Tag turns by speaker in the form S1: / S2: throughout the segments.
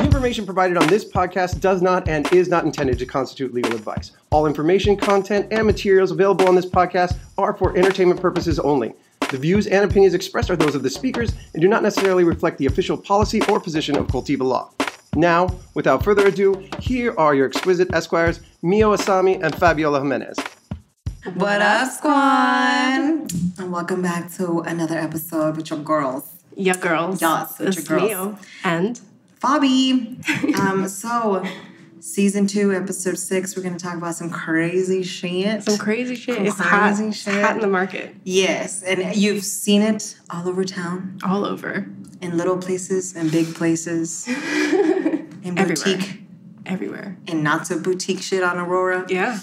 S1: information provided on this podcast does not and is not intended to constitute legal advice. All information, content, and materials available on this podcast are for entertainment purposes only. The views and opinions expressed are those of the speakers and do not necessarily reflect the official policy or position of Cultiva Law. Now, without further ado, here are your exquisite esquires, Mio Asami and Fabiola Jimenez.
S2: What up, squad? And welcome back to another episode with your girls,
S3: Your girls.
S2: Yes, with
S3: It's
S2: your girls.
S3: Leo. And
S2: Bobby. Um, so, season two, episode six, we're going to talk about some crazy shit.
S3: some crazy shit.
S2: Some
S3: it's hot.
S2: crazy
S3: It's
S2: shit.
S3: hot in the market.
S2: yes, and you've seen it all over town,
S3: All over.
S2: in little places, in big places, in
S3: Everywhere.
S2: boutique,
S3: Everywhere.
S2: in not so boutique shit on Aurora.
S3: Yeah.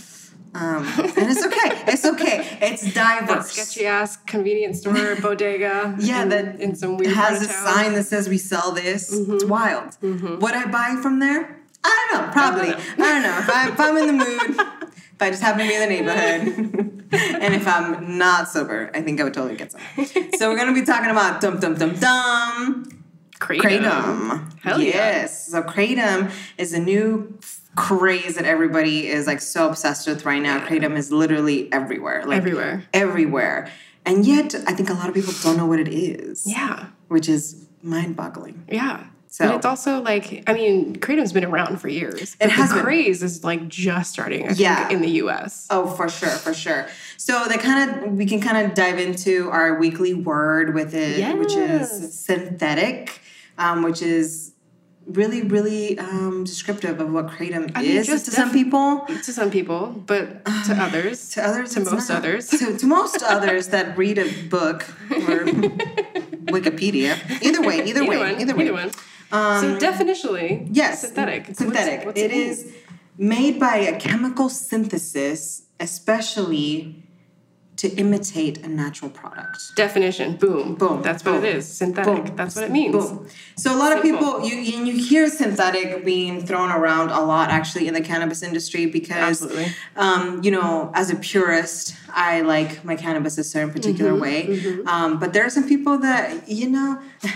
S2: Um, and it's okay. it's okay. It's
S3: That
S2: diverse.
S3: sketchy ass convenience store bodega.
S2: Yeah,
S3: in,
S2: that
S3: in some weird part
S2: has a
S3: of town.
S2: sign that says we sell this. It's wild. Would I buy from there? I don't know. Probably. I don't know. If, I, if I'm in the mood, if I just happen to be in the neighborhood, and if I'm not sober, I think I would totally get some. So we're gonna be talking about dum dum dum dum
S3: Kratom.
S2: kratom.
S3: Hell yeah.
S2: yes. So kratom is a new craze that everybody is like so obsessed with right now. Kratom is literally everywhere. Like
S3: Everywhere.
S2: Everywhere. And yet, I think a lot of people don't know what it is
S3: Yeah.
S2: which is mind-boggling.
S3: Yeah.
S2: So-
S3: but it's also like I mean, kratom's been around for years.
S2: It
S3: but
S2: has
S3: the
S2: been.
S3: craze is like just starting. I
S2: Yeah.
S3: think in the U.S.
S2: Oh, for sure, for sure. So they kind of we can kind of dive into our weekly word with it, which is
S3: Yes.
S2: synthetic, um, which is really, really um, descriptive of what kratom
S3: I mean,
S2: is
S3: just
S2: to some
S3: def-
S2: people.
S3: To some people, but to others,
S2: To others,
S3: to
S2: it's
S3: most
S2: not.
S3: others,
S2: to, to most others that read a book or Wikipedia. Either way, either, way,
S3: one,
S2: either way,
S3: one. so definitionally,
S2: Yes.
S3: synthetic. What's-
S2: Synthetic.
S3: what's
S2: it
S3: mean?
S2: is made by a chemical synthesis, especially to imitate a natural product.
S3: definition. Boom.
S2: Boom.
S3: That's what
S2: Boom.
S3: it is. Synthetic.
S2: Boom.
S3: That's what it means.
S2: Boom. So a lot of
S3: Simple.
S2: people you and you hear synthetic being thrown around a lot actually in the cannabis industry because
S3: Absolutely.
S2: um, you know, as a purist, I like my cannabis a certain particular
S3: Mm-hmm.
S2: way. Um, but there are some people that, you know,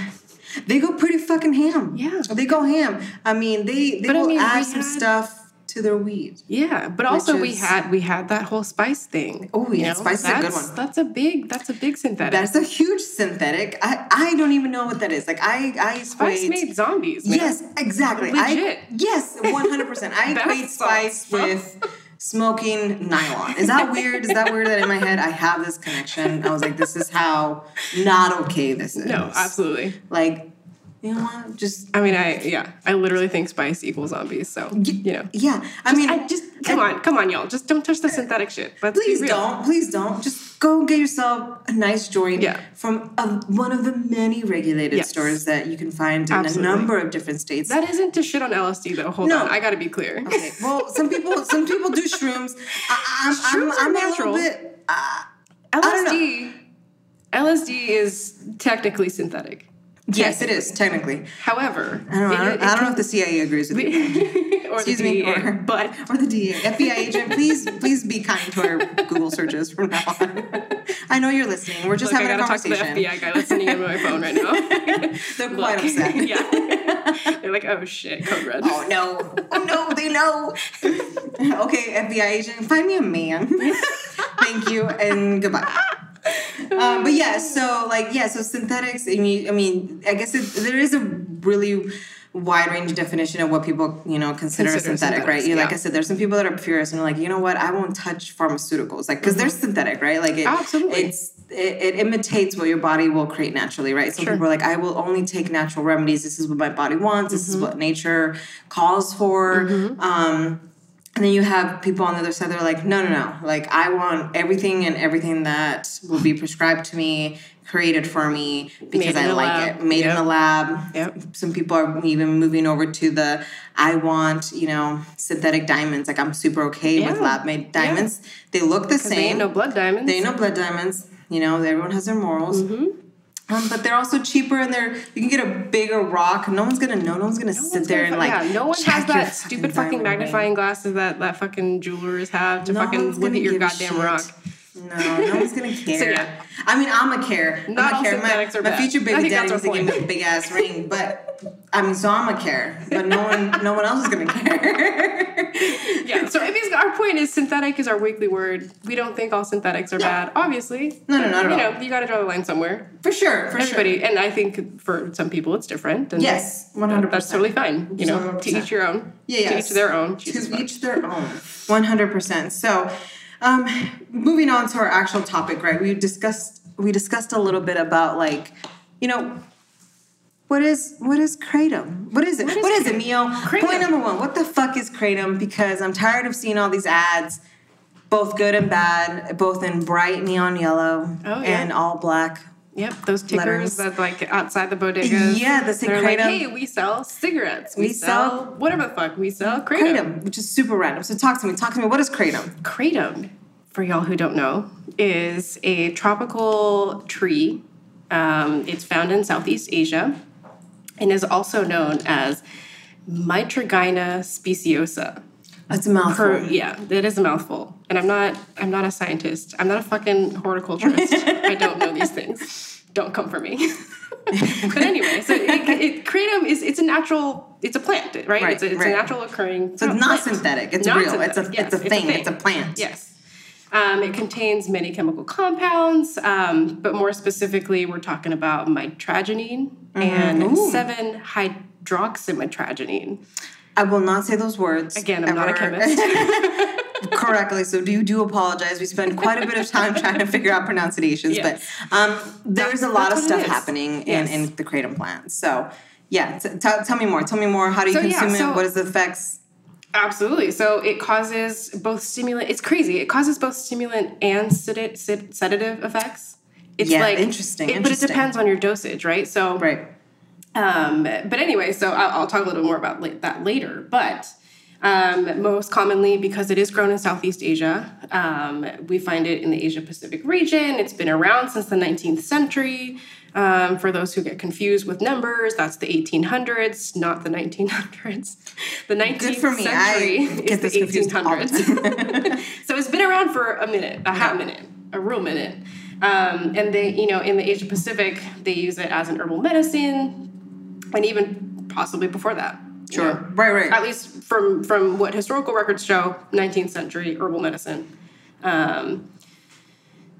S2: they go pretty fucking ham.
S3: Yeah.
S2: They go ham. I mean, they, they
S3: But I
S2: will
S3: mean, we
S2: add some
S3: had-
S2: stuff to their weed.
S3: Yeah, but also we
S2: is-
S3: had we had that whole spice thing.
S2: Oh, yeah, spice is a good
S3: that's-
S2: one.
S3: That's a big that's a big synthetic.
S2: That's a huge synthetic. I, I don't even know what that is. Like, I, I
S3: spice
S2: equate-
S3: made zombies. man.
S2: Yes, exactly.
S3: Legit.
S2: I, yes, one hundred percent. I
S3: Bath
S2: equate spice
S3: salts.
S2: with smoking nylon. Is that weird? Is that weird that in my head I have this connection? I was like, this is how not okay this is.
S3: No, absolutely.
S2: Like, you know what? Just
S3: I mean, I yeah, I literally think spice equals zombies. So you know,
S2: yeah. I mean,
S3: I just come on, come on, y'all, just don't touch the synthetic shit. Let's
S2: please
S3: be real.
S2: don't. Please don't. Just go get yourself a nice joint
S3: Yeah.
S2: from a, one of the many regulated
S3: Yes.
S2: stores that you can find in
S3: Absolutely.
S2: a number of different states.
S3: That isn't to shit on LSD though. Hold
S2: No.
S3: on, I got to be clear.
S2: Okay. Well, some people some people do shrooms. I, I'm,
S3: Shrooms are
S2: I'm, I'm
S3: natural.
S2: a little bit. Uh, don't know.
S3: LSD, LSD is technically synthetic.
S2: yes, it is technically.
S3: However,
S2: I don't know. I
S3: it-
S2: don't,
S3: it
S2: I don't
S3: can-
S2: know if the CIA agrees with me
S3: or
S2: Excuse
S3: the
S2: me,
S3: DEA,
S2: or-
S3: but
S2: or the DA, FBI agent. Please, please be kind to our Google searches from now on. I know you're listening. We're just
S3: Look, I
S2: having a
S3: gotta talk to the
S2: conversation.
S3: FBI guy listening in my phone right now.
S2: They're quite
S3: Look,
S2: upset.
S3: yeah, they're like, "Oh shit, code red."
S2: Oh no! Oh no! They know. okay, FBI agent, find me a man. Thank you and goodbye. Um, but yeah, so like yeah, so synthetics. I mean, I mean, I guess it, there is a really wide range of definition of what people you know consider,
S3: Consider
S2: synthetic, right?
S3: synthetics,
S2: You, like
S3: yeah.
S2: I said, there's some people that are purists and are like, you know what? I won't touch pharmaceuticals, like because they're synthetic, right? Like it,
S3: Mm-hmm. Absolutely.
S2: it's it, it imitates what your body will create naturally, right? Some
S3: Sure.
S2: people are like, I will only take natural remedies. This is what my body wants. This is
S3: Mm-hmm.
S2: what nature calls for. Um, and then you have people on the other side that are like, no, no, no. Like, I want everything and everything that will be prescribed to me, created for me because
S3: Made in
S2: I
S3: a
S2: like
S3: lab.
S2: it. Made in
S3: Yep.
S2: a lab.
S3: Yep.
S2: Some people are even moving over to the, I want, you know, synthetic diamonds. Like, I'm super okay with
S3: Yeah.
S2: lab made diamonds. They look the same.
S3: They ain't no blood diamonds.
S2: They ain't no blood diamonds. You know, everyone has their morals.
S3: Mm-hmm.
S2: Um, but they're also cheaper, and they're you can get a bigger rock. No one's gonna know. No one's gonna sit
S3: one's
S2: there
S3: gonna
S2: and
S3: fu-
S2: like.
S3: yeah, no one
S2: check
S3: has
S2: your
S3: that stupid fucking
S2: diamond ring.
S3: magnifying glasses that that fucking jewelers have to
S2: No
S3: fucking
S2: one's
S3: look
S2: gonna
S3: at your
S2: give a
S3: goddamn
S2: shit.
S3: rock.
S2: No, no one's gonna care.
S3: So, yeah.
S2: I mean, I'm a care. I'm
S3: Not
S2: a
S3: all
S2: care.
S3: synthetics
S2: My,
S3: are
S2: my
S3: bad.
S2: future
S3: I
S2: baby
S3: think
S2: daddy
S3: that's
S2: was
S3: our
S2: gonna give me a big ass ring, but I mean, so I'm a care. But no one, no one else is gonna care.
S3: Yeah. So I mean, our point is synthetic is our weekly word. We don't think all synthetics are bad, obviously.
S2: No, no, not at
S3: you
S2: all.
S3: know, you got to draw the line somewhere.
S2: For sure, for
S3: Everybody,
S2: sure.
S3: and I think for some people it's different. And
S2: Yes, one hundred
S3: That's
S2: percent.
S3: totally fine. You know, to
S2: 100%.
S3: each your own.
S2: Yeah, yeah.
S3: To each their own. Jesus
S2: To
S3: fuck.
S2: each their own. One hundred percent. So, um, moving on to our actual topic, right? We discussed we discussed a little bit about like, you know, what is what is kratom? What is it? What is, it, Mio? Point number one. What the fuck is kratom? Because I'm tired of seeing all these ads. Both good and bad, both in bright neon yellow
S3: Oh, yeah.
S2: and all black.
S3: Yep, those
S2: Letters.
S3: tickers that like outside the bodegas.
S2: Yeah, the
S3: They're like,
S2: Kratom.
S3: hey, we sell cigarettes. We,
S2: We
S3: sell,
S2: sell-
S3: whatever the fuck. We sell kratom.
S2: Kratom, which is super random. So talk to me, talk to me. What is kratom?
S3: Kratom, for y'all who don't know, is a tropical tree. Um, it's found in Southeast Asia and is also known as Mitragyna speciosa.
S2: It's a mouthful.
S3: Per, yeah, that is a mouthful. And I'm not I'm not a scientist. I'm not a fucking horticulturist. I don't know these things. Don't come for me. but anyway, so it, it, kratom is it's a natural it's a plant, right?
S2: Right,
S3: it's a, it's
S2: right.
S3: a natural occurring.
S2: So it's not
S3: plant.
S2: synthetic. It's
S3: Not
S2: real. It's a
S3: synthetic, yes,
S2: it's a thing. It's a plant.
S3: Yes. Um, it contains many chemical compounds, um, but more specifically, we're talking about mitragenine
S2: Mm-hmm.
S3: and seven hydroxymitragenine.
S2: I will not say those words.
S3: Again, I'm not a
S2: ever
S3: chemist.
S2: correctly, so do do apologize. We spend quite a bit of time trying to figure out pronunciations,
S3: Yes.
S2: but um, there's a lot of
S3: that's what it
S2: stuff
S3: is.
S2: happening
S3: Yes.
S2: in, in the kratom plant. So yeah, t- tell tell me more. Tell me more. How do you
S3: So, yeah,
S2: consume
S3: so-
S2: it? What is the effects?
S3: Absolutely. So it causes both stimulant. It's crazy. It causes both stimulant and sedate, sed- sedative effects. It's
S2: Yeah,
S3: like
S2: interesting,
S3: it-
S2: interesting.
S3: But it depends on your dosage, right? So
S2: Right.
S3: um, but anyway, so I'll, I'll talk a little more about la- that later. But um, most commonly, because it is grown in Southeast Asia, um, we find it in the Asia Pacific region. It's been around since the 19th century. Um, for those who get confused with numbers, that's the 1800s, not the 1900s. The 19th
S2: Good for me.
S3: century
S2: I
S3: is
S2: get
S3: the
S2: this confused all the
S3: 1800s. So it's been around for a minute, a hot minute, a real minute. Um, and they, you know, in the Asia Pacific, they use it as an herbal medicine, and even possibly before that. you
S2: Sure.
S3: know.
S2: Right, right.
S3: At least from from what historical records show, 19th century herbal medicine. Um,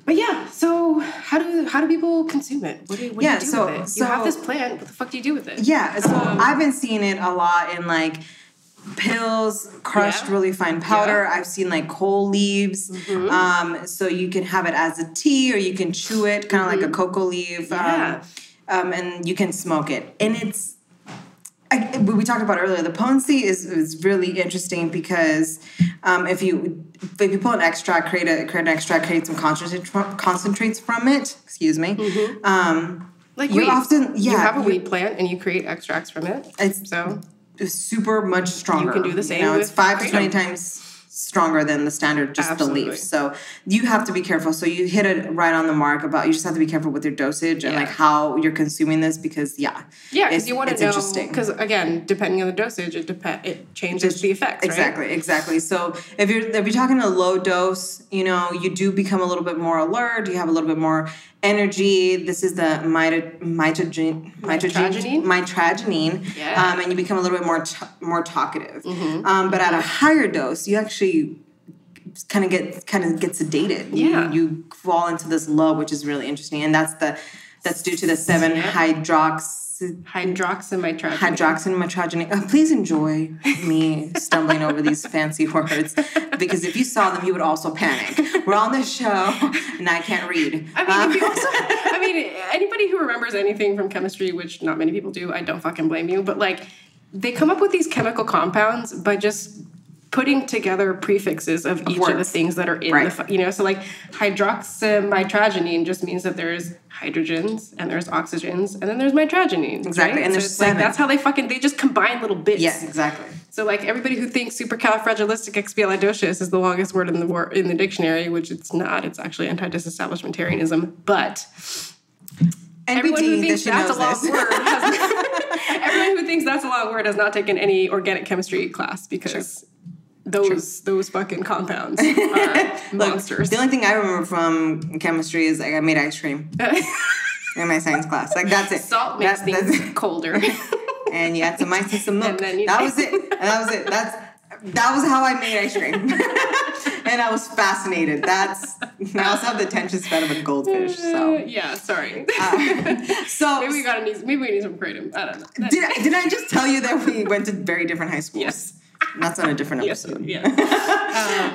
S3: but yeah, so how do how do people consume it? What do, what
S2: Yeah,
S3: do you do
S2: so-
S3: with it? You
S2: so-
S3: have this plant. What the fuck do you do with it?
S2: Yeah, so
S3: Um,
S2: I've been seeing it a lot in like pills, crushed
S3: Yeah. Mm-hmm.
S2: really fine powder. I've seen like whole leaves. Um, so you can have it as a tea or you can chew it, kind of like a cocoa leaf.
S3: Mm-hmm. Yeah.
S2: Um, um, and you can smoke it. And it's, I, we we talked about earlier, the potency is, is really interesting because um, if you if you pull an extract, create a create an extract, create some concentrates from, concentrates from it. Excuse me.
S3: Mm-hmm.
S2: Um,
S3: like
S2: you
S3: weed.
S2: often-
S3: you
S2: yeah,
S3: have a
S2: you-
S3: weed plant and you create extracts from it.
S2: It's-
S3: so
S2: is super much stronger.
S3: do the same
S2: You know, it's
S3: with
S2: five to
S3: kratom.
S2: twenty times stronger than the standard just the
S3: Absolutely.
S2: leaf. So you have to be careful. So you hit it right on the mark about you just have to be careful with your dosage and
S3: Yeah.
S2: like how you're consuming this because yeah.
S3: Yeah,
S2: it's-
S3: because you want
S2: it's
S3: to know.
S2: interesting.
S3: Because again, depending on the dosage, it depend it changes the effects.
S2: Exactly, exactly. So if you're if you're talking a low dose, you know, you do become a little bit more alert, you have a little bit more energy. This is the mito- mitogen- mitrogen-
S3: Mitrogenine?
S2: mitragenine.
S3: Yeah. Mm-hmm.
S2: Um, and you become a little bit more t- more talkative. Um, but at a higher dose, you actually kind of get kind of get sedated. You-
S3: Yeah.
S2: You, fall into this low, which is really interesting. And that's the that's due to the seven hydroxy
S3: Right? Hydroxymitragenine.
S2: hydroxin metrogenate. Oh, please enjoy me stumbling over these fancy words because if you saw them, you would also panic. We're on this show and I can't read. Uh,
S3: I mean, if you also,
S2: Uh-huh.
S3: I mean, anybody who remembers anything from chemistry, which not many people do, I don't fucking blame you. But like, they come up with these chemical compounds by just putting together prefixes of each of the
S2: words.
S3: things that are in
S2: Right.
S3: the, fu- you know, so like hydroxymitragenine just means that there's hydrogens and there's oxygens and then there's mitragenine.
S2: Exactly,
S3: right?
S2: and
S3: So
S2: there's
S3: it's like
S2: seven.
S3: that's how they fucking they just combine little bits.
S2: yes, exactly.
S3: So, like everybody who thinks supercalifragilisticexpialidocious is the longest word in the wor- in the dictionary, which it's not. It's actually anti-disestablishmentarianism. But
S2: And
S3: everyone who
S2: BD,
S3: thinks
S2: she
S3: that's
S2: knows
S3: a long
S2: this.
S3: word, has, everyone who thinks that's a long word has not taken any organic chemistry class because those those fucking compounds are monsters.
S2: The only thing I remember from chemistry is like I made ice cream in my science class. Like that's it.
S3: Salt makes
S2: That- that's-
S3: things colder.
S2: and you add some ice and some milk.
S3: And then you-
S2: that was it. And that was it. That's that was how I made ice cream. and I was fascinated. That's I also have the attention span of a goldfish. So
S3: Uh,
S2: uh,
S3: yeah, sorry.
S2: so
S3: maybe we gotta need maybe we need some kratom. I don't know.
S2: did I, did I just tell you that we went to very different high schools?
S3: Yes.
S2: That's on a different
S3: Yes,
S2: episode.
S3: yeah.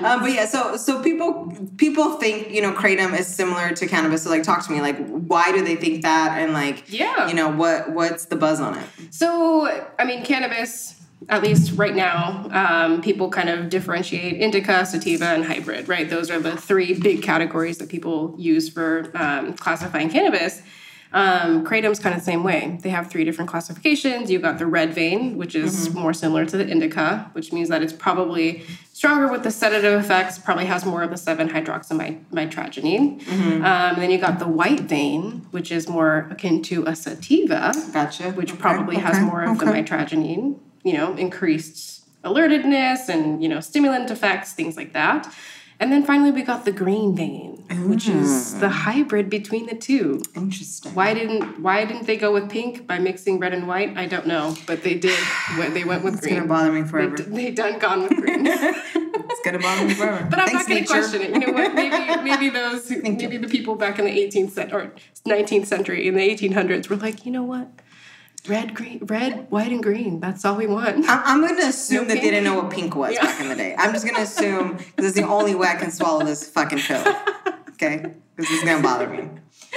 S2: Um, but yeah, so so people people think you know kratom is similar to cannabis. So like, talk to me. Like, why do they think that? And like,
S3: Yeah.
S2: you know what what's the buzz on it?
S3: So, I mean, cannabis, at least right now, um, people kind of differentiate indica, sativa, and hybrid, right? Those are the three big categories that people use for um, classifying cannabis. Um, kratom's kind of the same way. They have three different classifications. You've got the red vein, which is more similar to the indica, which means that it's probably stronger with the sedative effects, probably has more of the 7 hydroxymitragynine. Um, then you got the white vein, which is more akin to a sativa
S2: Gotcha.
S3: which
S2: Okay,
S3: probably has
S2: okay,
S3: more of the
S2: okay.
S3: mitragynine, you know, increased alertedness and, you know, stimulant effects, things like that. And then finally, we got the green vein, which is
S2: Mm.
S3: the hybrid between the two.
S2: Interesting.
S3: Why didn't Why didn't they go with pink by mixing red and white? I don't know, but they did. Went- They went with
S2: It's
S3: green.
S2: gonna bother me
S3: They,
S2: forever.
S3: d- they done gone with green.
S2: It's gonna bother me forever.
S3: But I'm
S2: Thanks,
S3: not going to
S2: nature.
S3: question it. You know what? Maybe maybe those who- maybe the people back in the 18th cent- or 19th century in the 1800s were like, you know what? Red, green, red, white, and green. That's all we want.
S2: I'm, I'm going to assume that
S3: No
S2: they
S3: pink?
S2: didn't know what pink was
S3: Yeah.
S2: back in the day. I'm just going to assume because it's the only way I can swallow this fucking pill. Okay, this is going to bother me.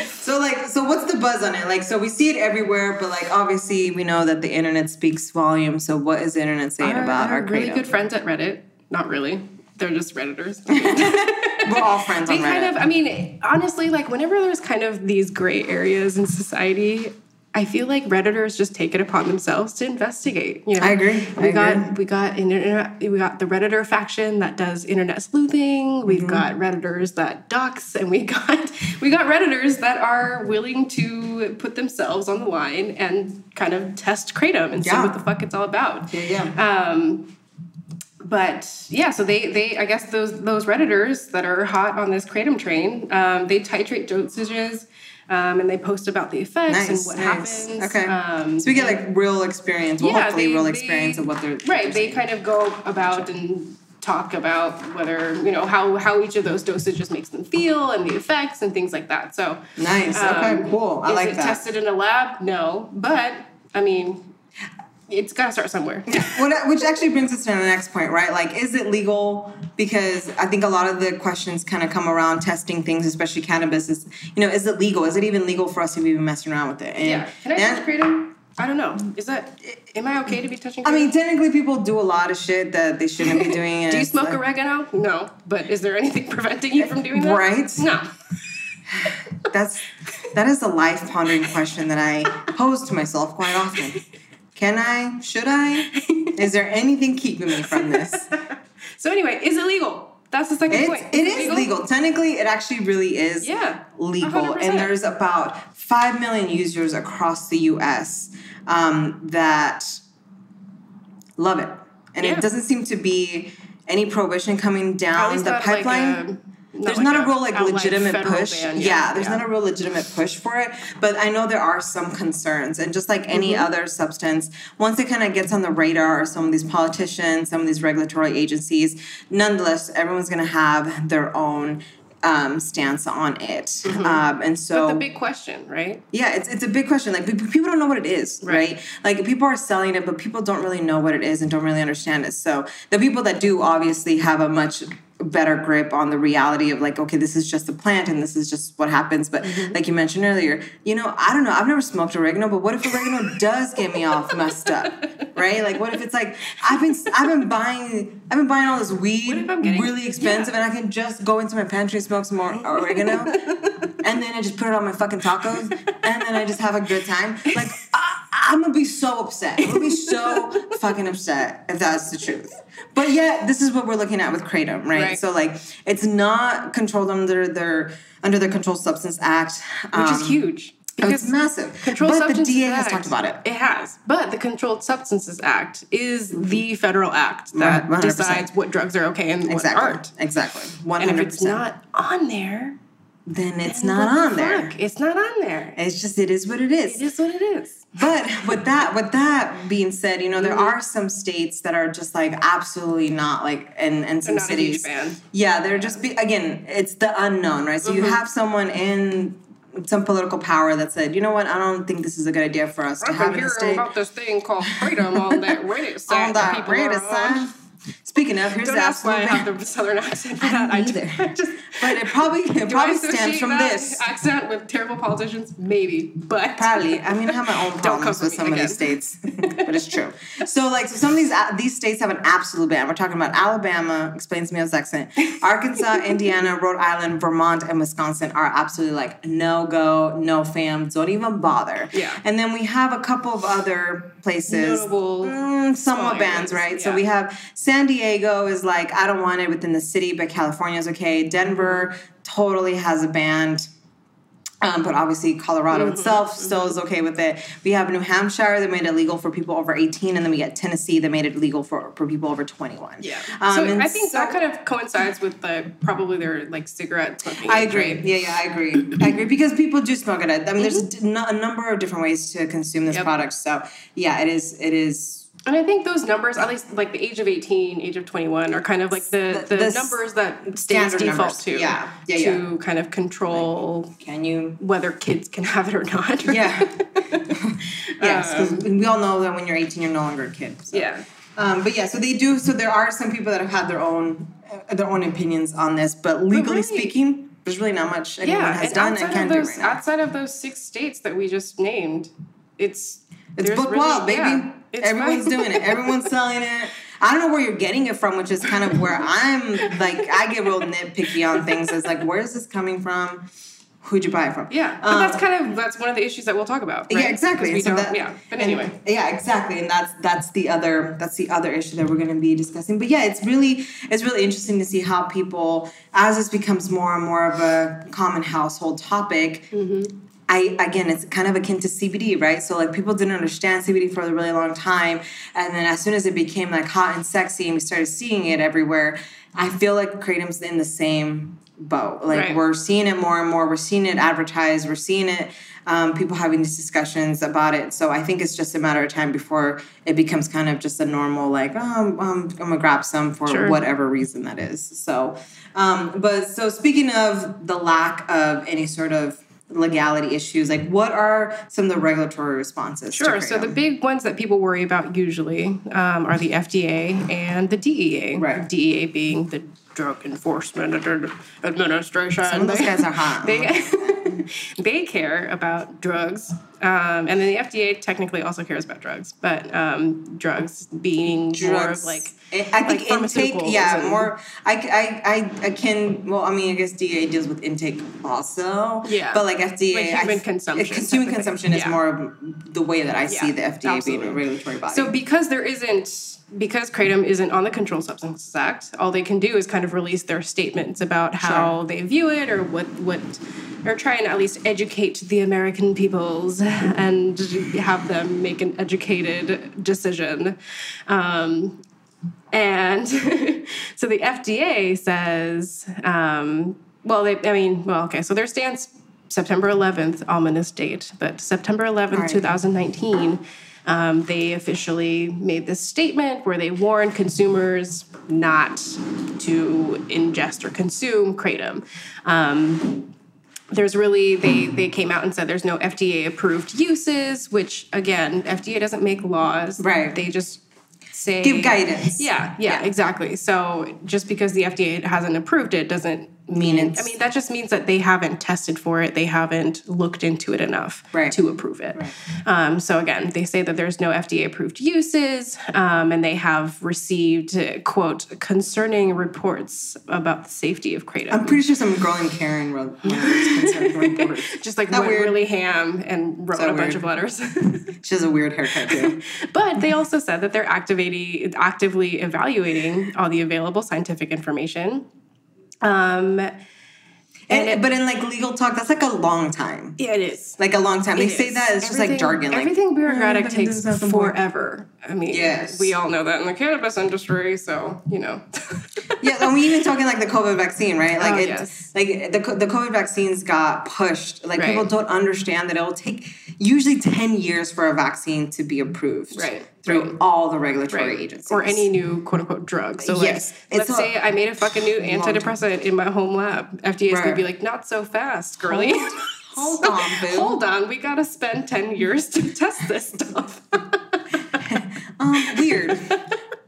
S2: So like, so what's the buzz on it? Like, so we see it everywhere, but like, obviously we know that the internet speaks volumes. So what is the internet saying about our
S3: really
S2: creative?
S3: good friends at Reddit. Not really. They're just redditors.
S2: We're all friends on
S3: they
S2: Reddit.
S3: kind of. I mean, honestly, like whenever there's kind of these gray areas in society. I feel like redditors just take it upon themselves to investigate. You know,
S2: I agree.
S3: We
S2: I
S3: got
S2: agree.
S3: we got internet we got the redditor faction that does internet sleuthing.
S2: Mm-hmm.
S3: We've got redditors that docs, and we got we got redditors that are willing to put themselves on the line and kind of test kratom and see
S2: Yeah.
S3: what the fuck it's all about.
S2: yeah, yeah.
S3: Um, but yeah, so they they I guess those those redditors that are hot on this kratom train, um, they titrate dosages, um, and they post about the effects
S2: nice.
S3: and what
S2: nice.
S3: happens.
S2: Okay.
S3: Um,
S2: so we get like real experience. Well,
S3: yeah,
S2: hopefully,
S3: they-
S2: real
S3: they-
S2: experience of what they're
S3: right. They kind of go about and talk about whether you know how how each of those dosages makes them feel and the effects and things like that. So
S2: Nice. Okay.
S3: um,
S2: Cool. I
S3: is
S2: like
S3: it
S2: that.
S3: tested in a lab? No, but I mean, it's got to start somewhere.
S2: What, which actually brings us to the next point, right? Like, is it legal? Because I think a lot of the questions kind of come around testing things, especially cannabis. Is you know, is it legal? Is it even legal for us to be even messing around with it? And,
S3: Yeah. Can I
S2: and-
S3: touch kratom? I don't know. Is that? Am I okay to be touching? Kratom?
S2: I mean, technically, people do a lot of shit that they shouldn't be doing. and
S3: do you
S2: it's
S3: smoke
S2: like-
S3: oregano? No. But is there anything preventing you from doing that?
S2: Right.
S3: No.
S2: That's that is a life pondering question that I pose to myself quite often. Can I? Should I? Is there anything keeping me from this?
S3: So anyway, is it legal? That's the second
S2: It's,
S3: point.
S2: it is legal? Technically, it actually really is
S3: Yeah.
S2: legal.
S3: 100%.
S2: And there's about 5 million users across the US um, that love it. And
S3: Yeah.
S2: it doesn't seem to be any prohibition coming down the
S3: not like um,
S2: pipeline.
S3: a-
S2: there's
S3: like
S2: not a real like
S3: outright
S2: legitimate
S3: federal
S2: push.
S3: ban.
S2: yeah. there's not a real legitimate push for it. But I know there are some concerns, and just like any other substance, once it kind of gets on the radar of some of these politicians, some of these regulatory agencies, nonetheless, everyone's going to have their own um, stance on it. Um, and so,
S3: But the big question, right?
S2: yeah, it's, it's a big question. Like pe- people don't know what it is, right. Like people are selling it, but people don't really know what it is and don't really understand it. So the people that do obviously have a much better grip on the reality of like, okay, this is just a plant and this is just what happens. But
S3: Mm-hmm.
S2: like you mentioned earlier, you know, I don't know. I've never smoked oregano, but what if oregano does get me off messed up? Right? Like what if it's like I've been I've been buying I've been buying all this weed
S3: if I'm getting-
S2: really expensive and I can just go into my pantry and smoke some more oregano and then I just put it on my fucking tacos, and then I just have a good time. Like, I, I'm gonna be so upset. I'm gonna be so fucking upset if that's the truth. But yet, this is what we're looking at with kratom, right?
S3: Right.
S2: So like, it's not controlled under their under the Controlled Substance Act,
S3: Which
S2: um,
S3: is huge. because
S2: it's massive.
S3: Controlled
S2: but the
S3: Substances
S2: DA has
S3: Act-
S2: talked about it.
S3: It has, but the Controlled Substances Act is the federal act that
S2: Right, 100%.
S3: decides what drugs are okay and what
S2: Exactly.
S3: aren't.
S2: Exactly. One
S3: And if
S2: hundred
S3: it's
S2: percent.
S3: not on there,
S2: Then it's
S3: then
S2: not
S3: what the
S2: on there.
S3: fuck? It's not on there.
S2: It's just it is what it is.
S3: It is what it is.
S2: But with that, with that being said, you know there
S3: Mm-hmm.
S2: are some states that are just like absolutely not like, and and some
S3: not a huge
S2: cities.
S3: fan.
S2: Yeah, they're just be, again, it's the unknown, right? So you
S3: Mm-hmm.
S2: have someone in some political power that said, you know what, I don't think this is a good idea for us to have in the state.
S3: this thing called freedom on that Reddit
S2: On that red sign. Speaking of, here's
S3: Don't
S2: the
S3: ask why I
S2: absolute
S3: have the southern accent for that.
S2: I
S3: I
S2: don't either.
S3: just,
S2: But it probably it
S3: Do I
S2: probably stems
S3: associate
S2: from
S3: that
S2: this.
S3: accent with terrible politicians? Maybe, but
S2: Probably. I mean, I have my own
S3: Don't come
S2: problems
S3: for
S2: with
S3: me
S2: some of
S3: again.
S2: these states, but it's true. So, like, so some of these uh, these states have an absolute ban. We're talking about Alabama, explains Meo's accent. Arkansas, Indiana, Rhode Island, Vermont, and Wisconsin are absolutely like no go, no fam, don't even bother.
S3: Yeah.
S2: And then we have a couple of other places,
S3: Notable
S2: mm, somewhat
S3: small
S2: bans,
S3: areas,
S2: right? So
S3: yeah.
S2: we have San Diego is like I don't want it within the city, but California's okay. Denver totally has a ban. Um, but obviously, Colorado
S3: Mm-hmm,
S2: itself still is okay with it. We have New Hampshire that made it legal for people over 18, and then we get Tennessee that made it legal for, for people over 21.
S3: Yeah.
S2: Um,
S3: so
S2: and
S3: I think that
S2: so-
S3: kind of coincides with the probably their like cigarette smoking.
S2: I
S3: age,
S2: agree.
S3: right?
S2: Yeah, yeah, I agree. I agree because people do smoke it. I mean, there's a, d- no- a number of different ways to consume this
S3: Mm-hmm. Yep.
S2: product. So yeah, it is. It is.
S3: And I think those numbers, at least like the age of 18, age of 21, are kind of like the,
S2: The-
S3: the,
S2: the s-
S3: numbers that states
S2: standard
S3: default
S2: numbers.
S3: to.
S2: Yeah. Yeah,
S3: to kind of control
S2: Can you?
S3: whether kids can have it or not. right?
S2: Yeah. yes, because we all know that when you're 18, you're no longer a kid. So.
S3: um, yeah.
S2: Um, but yeah, so they do. So there are some people that have had their own uh, their own opinions on this, but legally
S3: really-
S2: speaking, there's really not much anyone
S3: Yeah.
S2: has
S3: and
S2: done
S3: outside
S2: and can
S3: of
S2: do
S3: those
S2: right now.
S3: outside of those six states that we just named, it's
S2: It's
S3: there's
S2: book
S3: really-
S2: wild, baby.
S3: yeah, it's
S2: Everyone's
S3: fine.
S2: doing it. Everyone's selling it. I don't know where you're getting it from, which is kind of where I'm like I get real nitpicky on things. It's like, where is this coming from? Who'd you buy it from? Um,
S3: Yeah, but that's kind of that's one of the issues that we'll talk about. right?
S2: Yeah, exactly.
S3: Because We
S2: So
S3: don't,
S2: that-
S3: yeah, but
S2: and-
S3: anyway,
S2: yeah, exactly, and that's that's the other that's the other issue that we're going to be discussing. But yeah, it's really it's really interesting to see how people, as this becomes more and more of a common household topic.
S3: Mm-hmm.
S2: I again, it's kind of akin to CBD, right? So like people didn't understand CBD for a really long time, and then as soon as it became like hot and sexy, and we started seeing it everywhere, I feel like kratom's in the same boat. Like
S3: Right.
S2: we're we're seeing it more and more. We're seeing it advertised. We're seeing it, um, people having these discussions about it. So I think it's just a matter of time before it becomes kind of just a normal, like, oh, I'm, I'm gonna grab some for
S3: Sure.
S2: whatever reason that is. So, um, but so speaking of the lack of any sort of legality issues, like what are some of the regulatory responses? to
S3: sure. So the
S2: kratom?
S3: big ones that people worry about usually um, are the FDA and the E DEA.
S2: Right.
S3: DEA being the Drug Enforcement Ad- Administration.
S2: Some of those guys are hot.
S3: They, they care about drugs. Um, and then the FDA technically also cares about drugs, but um, drugs being more of
S2: drugs
S3: like
S2: eh, I I think
S3: like
S2: intake,
S3: pharmaceuticals
S2: yeah,
S3: and-
S2: more. I, I, I, I can. Well, I mean, I guess DA deals with intake also.
S3: Yeah.
S2: But like FDA,
S3: Like
S2: I
S3: human
S2: f-
S3: consumption
S2: it's-
S3: type of
S2: Human
S3: thing.
S2: consumption is
S3: Yeah.
S2: more of the way that I see
S3: Yeah,
S2: the FDA being a
S3: absolutely.
S2: regulatory body.
S3: So because there isn't because kratom isn't on the Controlled Substances Act, all they can do is kind of release their statements about how
S2: Sure.
S3: they view it or what what or try and at least educate the American peoples and have them make an educated decision. Um, and so the FDA says, um, well, they, I mean, well, okay, so their stance, September 11th, ominous date, but September 11th,
S2: Right.
S3: 2019, um, they officially made this statement where they warned consumers not to ingest or consume kratom. Um, there's really they they came out and said there's no FDA approved uses, which again, FDA doesn't make laws.
S2: Right.
S3: They just say
S2: Give guidance.
S3: Yeah, yeah, exactly. So just because the FDA hasn't approved it doesn't
S2: Mean
S3: mean
S2: it's-
S3: I mean that just means that they haven't tested for it. They haven't looked into it enough
S2: Right.
S3: to approve it. Um, so again, they say that there's no FDA approved uses, um, and they have received uh, quote concerning reports about the safety of kratom
S2: I'm pretty sure some girl in Karen wrote one of those concerned reporters.
S3: just like
S2: Not
S3: went
S2: weird.
S3: really ham and wrote
S2: So
S3: a
S2: weird.
S3: bunch of letters.
S2: She has a weird haircut too.
S3: but they also said that they're activating, actively evaluating all the available scientific information. Um,
S2: And, but in like legal talk, that's like a long time.
S3: Yeah, it is.
S2: Like a long time. They
S3: It
S2: say
S3: is.
S2: that it's just like
S3: Everything-
S2: jargon. Like,
S3: everything bureaucratic
S2: "Mm, but it
S3: takes
S2: doesn't sound important."
S3: forever. I mean,
S2: Yes.
S3: we all know that in the cannabis industry, so you know.
S2: yeah, and we even talking like the COVID vaccine, right? Like
S3: Oh,
S2: it,
S3: yes.
S2: like the co- the COVID vaccines got pushed. Like
S3: Right.
S2: people don't understand that it'll take usually ten years for a vaccine to be approved,
S3: Right.
S2: Through
S3: Right.
S2: all the regulatory agencies
S3: or any new quote unquote drug. So like,
S2: Yes.
S3: let's
S2: It's a
S3: say I made a fucking new antidepressant in my home lab. FDA's gonna
S2: Right.
S3: be like, not so fast, girly.
S2: Hold on, boo.
S3: Hold on, we gotta spend ten years to test this stuff.
S2: Um, weird.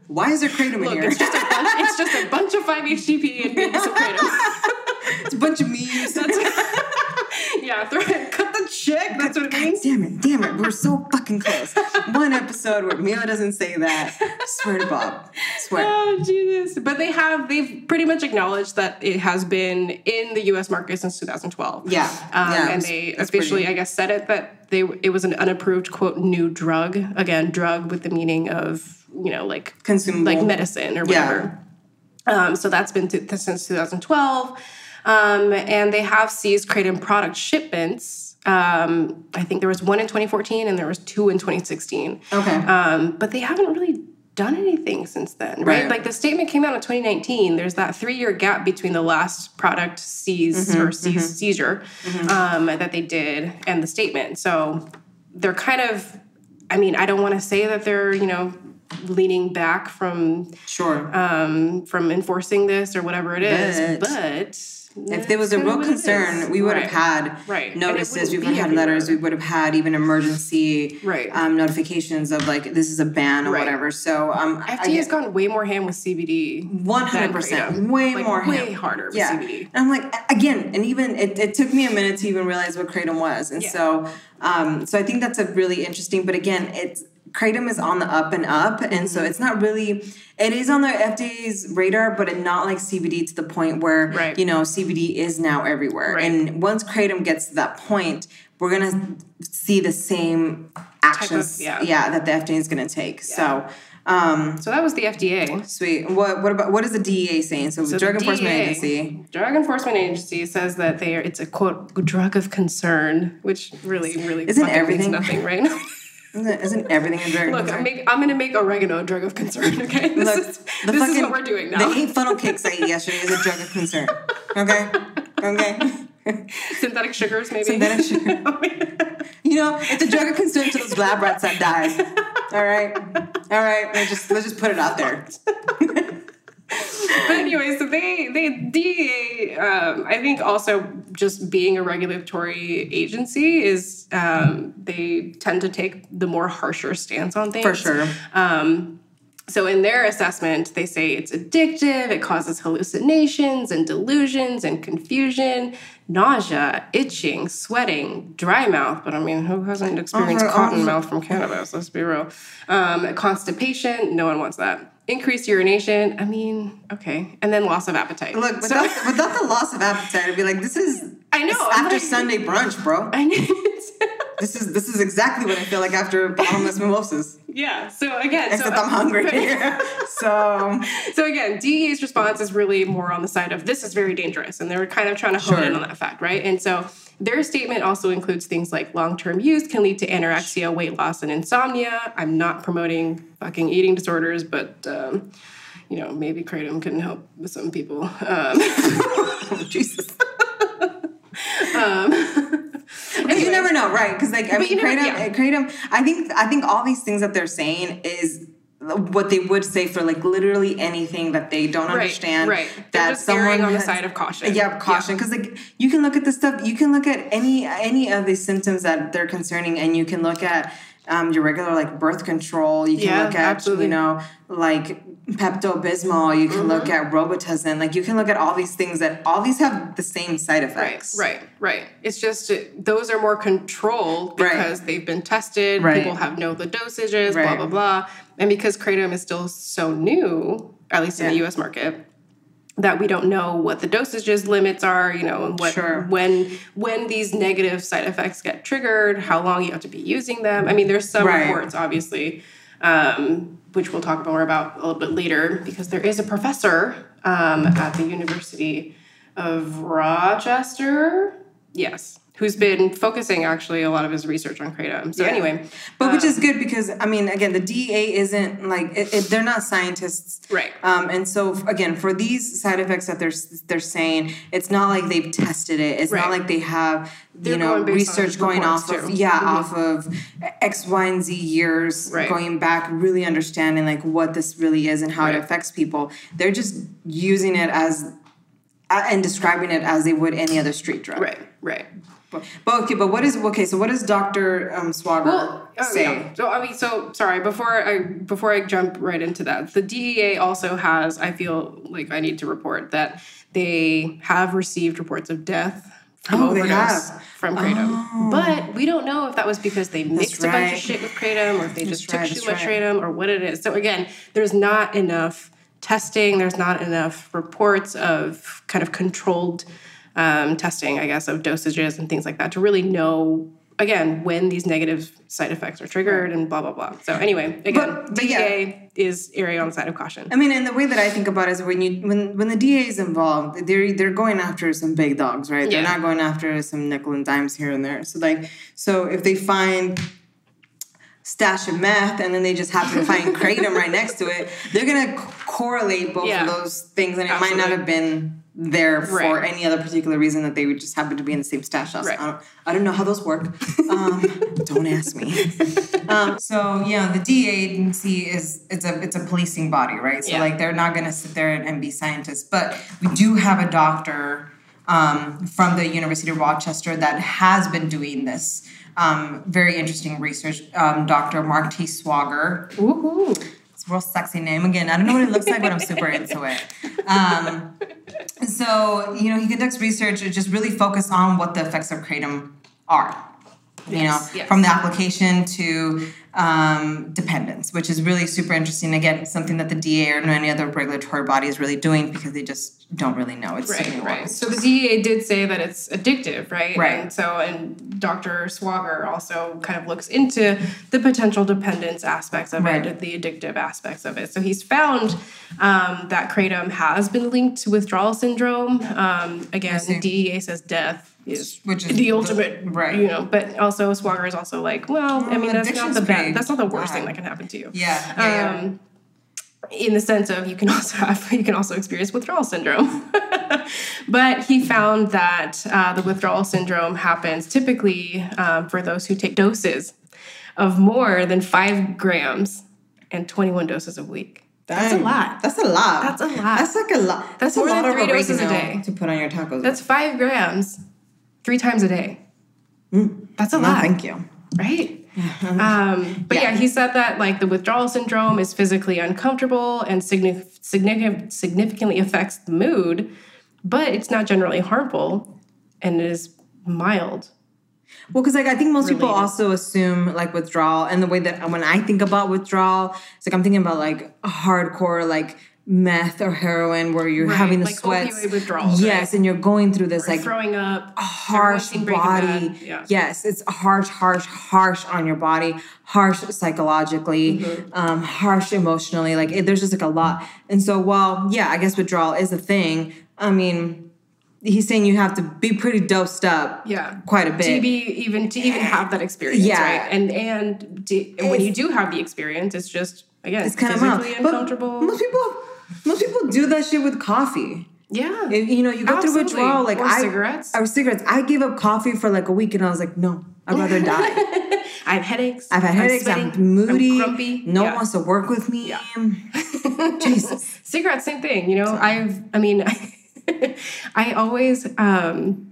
S2: Why is there kratom in
S3: Look,
S2: here?
S3: it's just a bunch, it's just a bunch of 5-HTP and baby soprano.
S2: It's a bunch of memes.
S3: yeah, throw it, cut the check. That's what it
S2: God
S3: means.
S2: damn it, damn it, we're so fucking close. One episode where Mila doesn't say that. Swear to Bob. Swear.
S3: Oh Jesus! But they have they've pretty much acknowledged that it has been in the U.S. market since 2012.
S2: Yeah.
S3: um,
S2: yeah,
S3: and
S2: it's-
S3: they
S2: it's
S3: officially,
S2: pretty-
S3: I guess, said it that they it was an unapproved quote new drug again, drug with the meaning of you know like
S2: consumable.
S3: like medicine or
S2: Yeah.
S3: whatever. Um, so that's been th- since 2012, um, and they have seized kratom product shipments. Um, I think there was one in 2014 and there was two in 2016.
S2: Okay.
S3: Um, but they haven't really done anything since then, right?
S2: Right.
S3: Like the statement came out in 2019. There's that three year gap between the last product seize
S2: Mm-hmm,
S3: or seize, seizure um, that they did and the statement. So they're kind of, I mean, I don't want to say that they're, you know, leaning back from
S2: sure.
S3: um, from enforcing this or whatever it is,
S2: But-
S3: but.
S2: if there was a
S3: that's
S2: real
S3: what it is.
S2: concern, we would have
S3: Right.
S2: had
S3: Right. And it
S2: notices, we
S3: wouldn't
S2: would have had
S3: be
S2: letters, we
S3: everywhere.
S2: would have had even emergency
S3: Right.
S2: um, notifications of like this is a ban or
S3: Right.
S2: whatever. So um I-
S3: FDA has gone way more ham with CBD. than
S2: One hundred percent,
S3: kratom.
S2: way
S3: Like,
S2: more,
S3: way
S2: hemp.
S3: harder with CBD.
S2: And I'm like a- again, and even it, it took me a minute to even realize what kratom was, and
S3: Yeah.
S2: so, um, so I think that's a really interesting. But again, it's kratom is on the up and up, and so
S3: Mm-hmm.
S2: it's not really. It is on the FDA's radar, but it not like CBD to the point where
S3: Right.
S2: you know CBD is now everywhere.
S3: Right.
S2: And once kratom gets to that point, we're gonna see the same actions,
S3: yeah.
S2: that the FDA is gonna take. So.
S3: So that was the FDA.
S2: Sweet. What what about what is the DEA saying? So, the
S3: So
S2: Drug
S3: the E
S2: Enforcement
S3: DEA
S2: Agency.
S3: Drug Enforcement Agency says that they are, it's a quote drug of concern, which really, really
S2: Isn't
S3: fucking
S2: everything-
S3: means nothing, right?
S2: Isn't, isn't everything a drug?
S3: Look, I'm, make, I'm gonna make oregano a drug of concern. Okay, this, is, this is what we're doing now.
S2: The eight funnel cakes I ate yesterday is a drug of concern. Okay, okay.
S3: Synthetic sugars, maybe.
S2: Synthetic sugar. You know, it's a drug of concern to those lab rats that died. All right, all right. Let's just let's just put it out there.
S3: but anyway, so they they DEA. Um, I think also just being a regulatory agency is um, they tend to take the more harsher stance on things
S2: For sure.
S3: Um, so in their assessment, they say it's addictive, it causes hallucinations and delusions and confusion, nausea, itching, sweating, dry mouth. But I mean, who hasn't experienced
S2: Oh, for-
S3: cotton
S2: oh.
S3: mouth from cannabis? Let's be real. Um, constipation, no one wants that. Increased urination, I mean, okay. And then loss of appetite.
S2: Look,
S3: so,
S2: without, without the loss of appetite, I'd be like, this is
S3: I know,
S2: it's
S3: I'm
S2: after
S3: like-
S2: Sunday brunch, bro.
S3: I know.
S2: This is this is exactly what I feel like after bottomless mimosas.
S3: yeah. So again, so-
S2: Except I'm hungry. so
S3: So again, DEA's response is really more on the side of this is very dangerous, and they're kind of trying to hone
S2: Sure.
S3: in on that fact, right? And so their statement also includes things like long-term use can lead to anorexia, weight loss, and insomnia. I'm not promoting fucking eating disorders, but um, you know maybe kratom can help with some people. Um,
S2: Jesus. you never know, right? Because like I mean,
S3: you never-
S2: kratom,
S3: yeah.
S2: kratom. I think I think all these things that they're saying is what they would say for like literally anything that they don't understand.
S3: right. They're
S2: That
S3: just erring
S2: someone
S3: on the
S2: has-
S3: side of caution.
S2: Yeah, caution. Because like you can look at the stuff. You can look at any any of these symptoms that they're concerning, and you can look at. Um, your regular like birth control, you can
S3: Yeah,
S2: look at
S3: absolutely. Mm-hmm.
S2: you know like Pepto Bismol, you can look at Robitussin, like you can look at all these things that all these have the same side
S3: Right,
S2: effects.
S3: right, right. It's just uh, those are more controlled
S2: Right.
S3: because they've been tested.
S2: Right.
S3: People have know the dosages,
S2: Right.
S3: blah blah blah. And because kratom is still so new, at least in the
S2: Yeah.
S3: U.S. market, that we don't know what the dosages limits are. You know, and what
S2: Sure.
S3: when when these negative side effects get triggered, how long you have to be using them. I mean, there's some
S2: Right.
S3: reports, obviously. Um, which we'll talk more about a little bit later because there is a professor um, at the University of Rochester. Yes. Who's been focusing actually a lot of his research on kratom. So,
S2: Yeah.
S3: anyway,
S2: But which
S3: Um,
S2: is good because I mean, again, the DEA isn't like it, it, they're not scientists,
S3: Right.
S2: Um, and so f- again, for these side effects that they're s- they're saying, it's not like they've tested it. It's not
S3: Right.
S2: like they have you
S3: They're
S2: know
S3: going based on
S2: research going off
S3: reports,
S2: of
S3: too. Mm-hmm.
S2: yeah off of X, Y, and Z years
S3: Right.
S2: going back, really understanding like what this really is and how it
S3: Right.
S2: affects people. They're just using it as a- and describing it as they would any other street drug.
S3: right, right.
S2: But, but okay, but what is okay? So what does Doctor um, Swager
S3: Well, oh,
S2: say?
S3: yeah. So I mean, so sorry. Before I before I jump right into that, the DEA also has. I feel like I need to report that they have received reports of death from
S2: Oh, they
S3: overdose
S2: have. Oh.
S3: from kratom, but we don't know if that was because they mixed a bunch
S2: right.
S3: of shit with kratom, or if they just took
S2: right,
S3: too
S2: that's
S3: much
S2: right.
S3: kratom, or what it is. So again, there's not enough testing. There's not enough reports of kind of controlled um, testing, I guess, of dosages and things like that to really know again when these negative side effects are triggered and blah blah blah. So anyway, again,
S2: But- but yeah.
S3: DEA is area on the side of caution.
S2: I mean, and the way that I think about it is when you when when the DA is involved, they're they're going after some big dogs, right? They're
S3: Yeah.
S2: not going after some nickel and dimes here and there. So like, so if they find stash of meth and then they just happen to find kratom right next to it, they're gonna c- correlate both
S3: Yeah.
S2: of those things, and it might
S3: Absolutely.
S2: not have been there for
S3: Right.
S2: any other particular reason that they would just happen to be in the same stash house.
S3: Right.
S2: I, don't, I don't know how those work. Um, don't ask me. Um, so yeah, the DA agency is it's a it's a policing body, right? So
S3: Yeah.
S2: like they're not going to sit there and, and be scientists, but we do have a doctor um, from the University of Rochester that has been doing this um, very interesting research. Um, Dr. Mark T. Swager, it's a real sexy name. Again, I don't know what it looks like, but I'm super into it. Um, so, you know, he conducts research to just really focus on what the effects of kratom are. You
S3: Yes,
S2: know,
S3: yes.
S2: from the application to um, dependence, which is really super interesting. Again, something that the DA or any other regulatory body is really doing because they just don't really know. It's super
S3: Right, right.
S2: nuanced.
S3: So the DEA did say that it's addictive, right?
S2: Right.
S3: And so, and Dr. Swager also kind of looks into the potential dependence aspects of
S2: Right.
S3: it, the addictive aspects of it. So he's found um, that kratom has been linked to withdrawal syndrome. Um, again,
S2: see.
S3: DEA says death. Is
S2: Which is
S3: the
S2: the-
S3: ultimate,
S2: right. Oh,
S3: You know, but also Swager is also like, well, I mean, that's not
S2: addiction's
S3: the
S2: big.
S3: bad, that's not the worst
S2: Wow.
S3: thing that can happen to you
S2: Yeah. yeah, yeah.
S3: um, in the sense of you can also have you can also experience withdrawal syndrome. but he found that uh, the withdrawal syndrome happens typically um, for those who take doses of more than five grams and 21 doses a week. That's a
S2: Dang.
S3: lot.
S2: That's a lot.
S3: That's a lot.
S2: That's like a lot. That's,
S3: more
S2: a lot
S3: than three
S2: of
S3: doses a
S2: oregano
S3: day.
S2: to put on your tacos.
S3: That's five grams three times a day. That's a
S2: no,
S3: lot.
S2: thank you.
S3: right?
S2: Uh-huh.
S3: Um, but yeah. he said that like the withdrawal syndrome is physically uncomfortable and signif- significant, significantly affects the mood, but it's not generally harmful and it is mild.
S2: Well, because like I think most people
S3: Related.
S2: also assume like withdrawal, and the way that when I think about withdrawal, it's like I'm thinking about like hardcore like meth or heroin, where you're
S3: Right,
S2: having the
S3: like
S2: sweats,
S3: opioid withdrawals,
S2: yes, and you're going through this like
S3: Throwing up,
S2: harsh
S3: everyone can break a
S2: body.
S3: bad- Yeah.
S2: Yes, it's harsh, harsh, harsh on your body, harsh psychologically,
S3: Mm-hmm.
S2: um, harsh emotionally. Like it, there's just like a lot. And so while yeah, I guess withdrawal is a thing. I mean, he's saying you have to be pretty dosed up,
S3: Yeah.
S2: quite a bit.
S3: To be even to even have that experience,
S2: Yeah.
S3: right? And and, d and when you do have the experience, it's just again
S2: It's kind of mild.
S3: physically
S2: But
S3: uncomfortable.
S2: most people, most people do that shit with coffee.
S3: yeah,
S2: If, you know, you go
S3: Absolutely.
S2: through withdrawal, like
S3: Or
S2: I
S3: cigarettes.
S2: or cigarettes. I gave up coffee for like a week, and I was like, no, I'd rather die.
S3: I have headaches.
S2: I've had
S3: I'm
S2: headaches. I'm,
S3: sweating, I'm
S2: moody.
S3: grumpy.
S2: No
S3: Yeah.
S2: one wants to work with me. Jesus.
S3: cigarettes same thing you know i've i mean i always um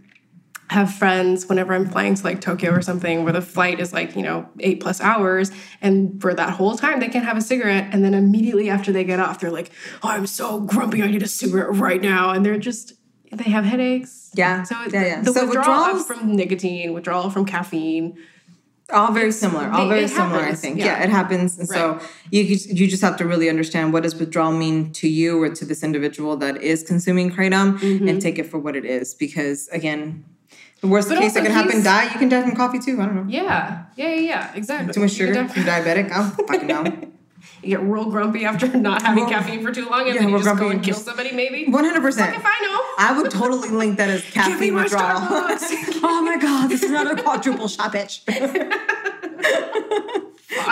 S3: have friends whenever i'm flying to like tokyo or something where the flight is like you know eight plus hours and for that whole time they can't have a cigarette and then immediately after they get off they're like oh i'm so grumpy i need a cigarette right now and they're just they have headaches
S2: Yeah.
S3: so it-
S2: Yeah, yeah.
S3: the
S2: So
S3: withdrawal
S2: withdrawals-
S3: from nicotine withdrawal from caffeine
S2: All very similar. All
S3: it-
S2: very
S3: it
S2: similar. I
S3: happens,
S2: think. Yeah,
S3: yeah.
S2: it happens. And so you you just have to really understand what does withdrawal mean to you or to this individual that is consuming kratom,
S3: Mm-hmm.
S2: and take it for what it is. Because again, the worst
S3: But
S2: case that
S3: also
S2: can happen,
S3: he's-
S2: die. You can die from coffee too. I don't know.
S3: yeah yeah yeah, yeah exactly
S2: Too much
S3: You could
S2: sugar.
S3: def-
S2: You're diabetic. I don't fucking know.
S3: You get real grumpy after not having caffeine for too long, and
S2: Yeah,
S3: then you
S2: real
S3: just go
S2: grumpy.
S3: and kill somebody, maybe.
S2: One hundred percent.
S3: If I know,
S2: I would totally link that as
S3: give me
S2: caffeine
S3: my
S2: withdrawal.
S3: Starbucks.
S2: oh my god, this is another quadruple shot, bitch.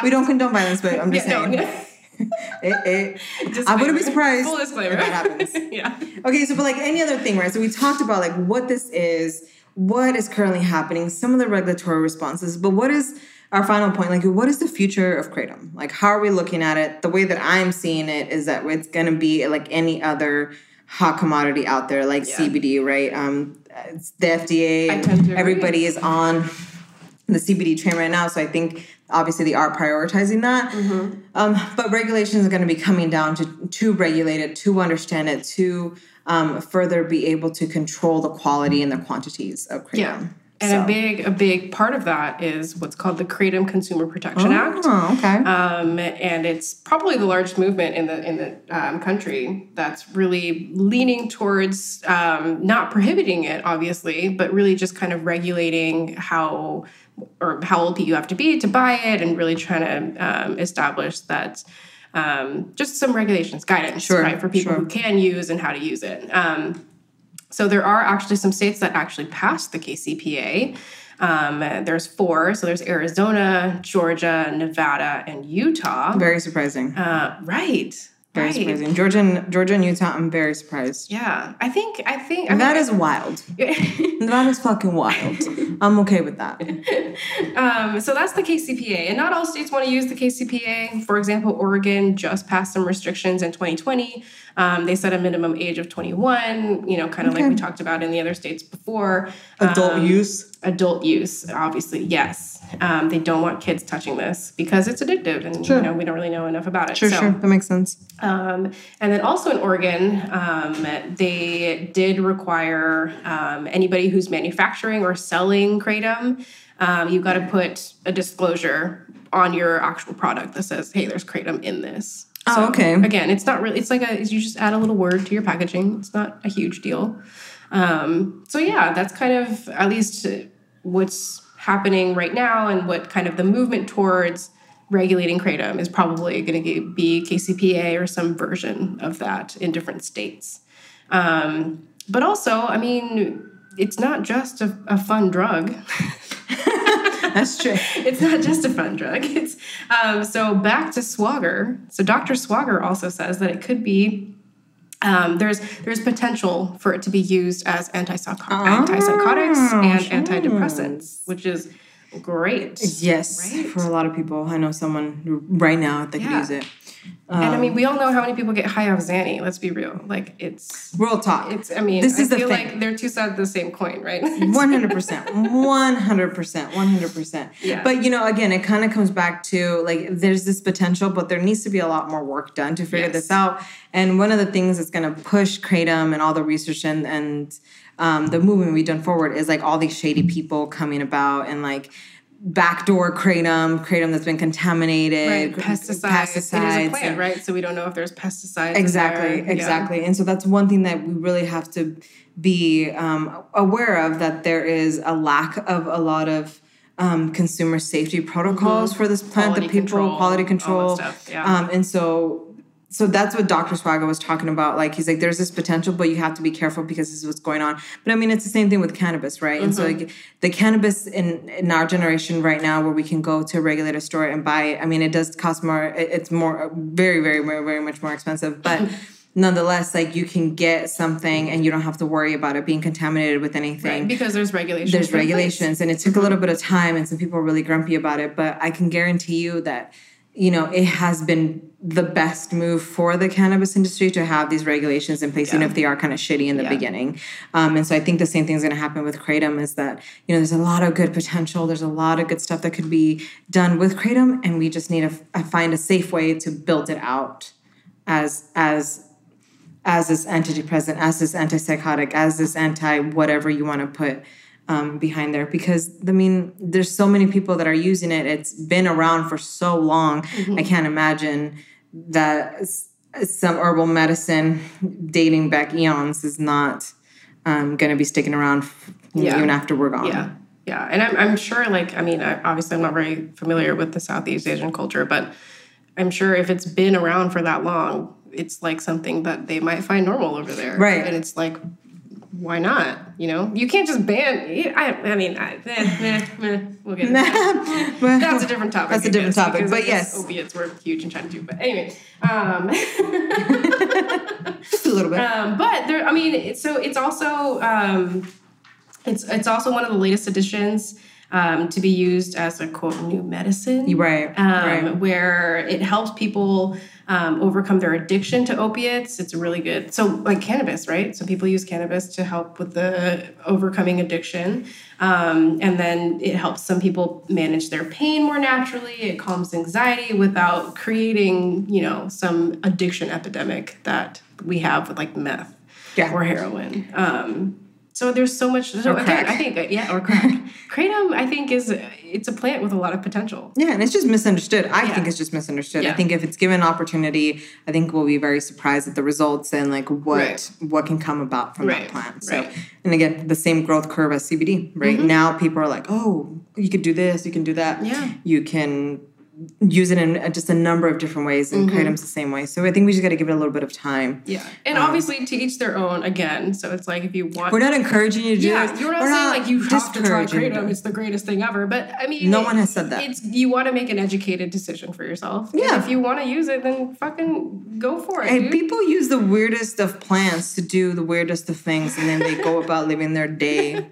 S2: we don't condone violence, but I'm just
S3: Yeah,
S2: saying.
S3: no,
S2: It- it- I
S3: Disclaimer.
S2: wouldn't be surprised
S3: Full disclaimer.
S2: if that happens.
S3: yeah.
S2: Okay, so but like any other thing, right? So we talked about like what this is, what is currently happening, some of the regulatory responses, but what is our final point? Like, what is the future of kratom? Like, how are we looking at it? The way that I'm seeing it is that it's going to be like any other hot commodity out there, like CBD, right? Um, it's the FDA.
S3: I tend to agree.
S2: everybody is on the CBD train right now, so I think obviously they are prioritizing that.
S3: Mm-hmm.
S2: Um, but regulations are going to be coming down to to regulate it, to understand it, to um, further be able to control the quality and the quantities of kratom.
S3: Yeah. And
S2: So-
S3: a big, a big part of that is what's called the Kratom Consumer Protection Act.
S2: Oh, okay.
S3: Um, and it's probably the largest movement in the in the um, country that's really leaning towards um, not prohibiting it, obviously, but really just kind of regulating how or how old you have to be to buy it, and really trying to um, establish that um, just some regulations, guidance,
S2: Sure,
S3: right, for people
S2: sure.
S3: who can use and how to use it. Um, so there are actually some states that actually passed the KCPA. Um, uh, there's four. So there's Arizona, Georgia, Nevada, and Utah.
S2: very surprising.
S3: Uh, right.
S2: very
S3: right.
S2: surprising. Georgia, and, Georgia and Utah. I'm very surprised.
S3: Yeah. I think. I think. I
S2: That
S3: mean,
S2: is wild. That is fucking wild. I'm okay with that.
S3: Um, so that's the KCPA, and not all states want to use the KCPA. For example, Oregon just passed some restrictions in 2020. Um, they set a minimum age of 21. You know, kind of like we talked about in the other states before.
S2: Adult
S3: Um,
S2: use.
S3: adult use obviously yes um, they don't want kids touching this because it's addictive and you know we don't really know enough about it
S2: Sure,
S3: so
S2: sure. That makes sense.
S3: um, and then also in Oregon, um, they did require um, anybody who's manufacturing or selling kratom, um, you've got to put a disclosure on your actual product that says, "Hey, there's kratom in this."
S2: Oh, okay.
S3: Again, it's not really. It's like a. You just add a little word to your packaging. It's not a huge deal. Um, so yeah, that's kind of at least what's happening right now, and what kind of the movement towards regulating kratom is probably going to be KCPA or some version of that in different states. Um, but also, I mean, it's not just a, a fun drug.
S2: That's true.
S3: it's not just a fun drug. It's um, so back to Swagger. So Dr. Swagger also says that it could be. Um, there's there's potential for it to be used as antipsycho-
S2: Ah,
S3: antipsychotics and antidepressants, which is great.
S2: Yes,
S3: Right?
S2: for a lot of people, I know someone who- right now that could
S3: Yeah.
S2: use it.
S3: and I
S2: um,
S3: mean, we all know how many people get high off Xanny. Let's be real. Like it's
S2: Real talk.
S3: it's. I mean,
S2: This
S3: I
S2: is the
S3: feel
S2: thing.
S3: like they're two sides of the same coin, right?
S2: One hundred percent, one hundred percent, one hundred percent.
S3: Yeah.
S2: But you know, again, it kind of comes back to like there's this potential, but there needs to be a lot more work done to figure
S3: Yes.
S2: this out. And one of the things that's going to push kratom and all the research and and um, the movement we've done forward is like all these shady people coming about and like backdoor kratom, kratom that's been contaminated,
S3: Right,
S2: cr-
S3: pesticides. It is a
S2: pesticides,
S3: plant, right? So we don't know if there's pesticides. in
S2: Exactly,
S3: there. Yeah.
S2: exactly. And so that's one thing that we really have to be um, aware of that there is a lack of a lot of um, consumer safety protocols for this plant,
S3: Mm-hmm. Quality
S2: the people,
S3: control,
S2: quality
S3: all that
S2: control.
S3: stuff, yeah.
S2: um, and so so that's what Dr. Swaga was talking about. Like he's like, there's this potential, but you have to be careful because this is what's going on. But I mean, it's the same thing with cannabis, right? And so like the cannabis in in our generation right now, where we can go to a regulator store and buy it. I mean, it does cost more. it- It's more very, very, very, very much more expensive, but. Nonetheless, like you can get something and you don't have to worry about it being contaminated with anything.
S3: Because there's regulations.
S2: There's
S3: in place.
S2: regulations, Mm-hmm. and it took a little bit of time, and some people were really grumpy about it. But I can guarantee you that, you know, it has been the best move for the cannabis industry to have these regulations in place, even if they are kind of shitty in the beginning. Um, and so I think the same thing's going to happen with kratom is that you know there's a lot of good potential, there's a lot of good stuff that could be done with kratom, and we just need to f- find a safe way to build it out as as as this antidepressant, as this antipsychotic, as this anti whatever you want to put um, behind there. Because I mean, there's so many people that are using it. It's been around for so long.
S3: Mm-hmm.
S2: I can't imagine that s- some herbal medicine dating back eons is not um, going to be sticking around f-
S3: Yeah.
S2: even after we're gone.
S3: Yeah. Yeah. And I'm, I'm sure, like, I mean, I, obviously, I'm not very familiar with the Southeast Asian culture, but I'm sure if it's been around for that long, it's like something that they might find normal over there.
S2: Right.
S3: And it's like, why not? You know, you can't just ban. I, I mean, I, eh, meh, meh, we'll get into that. That's a different topic.
S2: That's a
S3: I
S2: different
S3: guess,
S2: topic,
S3: because I
S2: but
S3: guess
S2: yes.
S3: opiates were huge in China too. But anyway, um,
S2: Just a little bit.
S3: um, but there, I mean, it's- so it's also um, it's it's also one of the latest additions um, to be used as a quote new medicine
S2: You're right.
S3: um,
S2: right.
S3: where it helps people um, overcome their addiction to opiates. It's really good. So, like cannabis, right? So, people use cannabis to help with the overcoming addiction. Um, and then it helps some people manage their pain more naturally. It calms anxiety without creating, you know, some addiction epidemic that we have with like meth
S2: Yeah.
S3: or heroin. Um, so there's so much. So
S2: Or
S3: again,
S2: crack.
S3: I think yeah, or crack. Kratom, I think is it's a plant with a lot of potential.
S2: Yeah, and it's just misunderstood. I
S3: Yeah.
S2: think it's just misunderstood. I
S3: Yeah.
S2: think if it's given opportunity, I think we'll be very surprised at the results and like what
S3: Right.
S2: what can come about from that
S3: Right,
S2: plant. So,
S3: right. Mm-hmm.
S2: and again, the same growth curve as CBD. Right now, people are like, oh, you could do this, you can do that,
S3: Yeah.
S2: you can use it in uh, just a number of different ways, and kratom's the same way. So I think we just got to give it a little bit of time.
S3: Mm-hmm. Yeah. And obviously to each their own again. So it's like if you want
S2: Um, We're not encouraging you to do
S3: yeah,
S2: this.
S3: you're not saying like you have to try
S2: discouraging you to do
S3: kratom.
S2: it.
S3: It's the greatest thing ever, but I mean,
S2: No
S3: it-
S2: one has said that.
S3: It's you want to make an educated decision for yourself. And
S2: Yeah.
S3: if you want to use it, then fucking go for it.
S2: Hey,
S3: dude.
S2: people use the weirdest of plants to do the weirdest of things, and then they go about living their day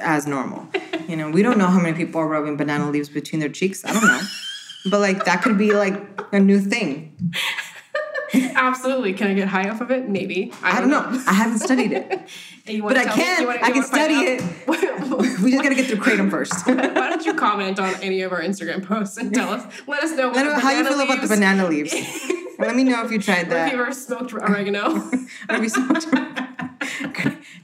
S2: as normal. You know, we don't know how many people are rubbing banana leaves between their cheeks. I don't know, but like that could be like a new thing.
S3: Absolutely. Can I get high off of it? Maybe. I,
S2: I don't know. I haven't studied it.
S3: And you wanna
S2: But I
S3: tell me-
S2: can.
S3: you wanna-
S2: I
S3: you
S2: can
S3: wanna find
S2: study
S3: out?
S2: We just gotta get through kratom first. Let
S3: Why don't you comment on any of our Instagram posts and tell us? Let us know what
S2: me know
S3: the
S2: how you feel
S3: banana
S2: about the
S3: leaves-
S2: banana leaves. Let me know if you tried
S3: If
S2: that.
S3: you've ever smoked oregano.
S2: That'd be so much-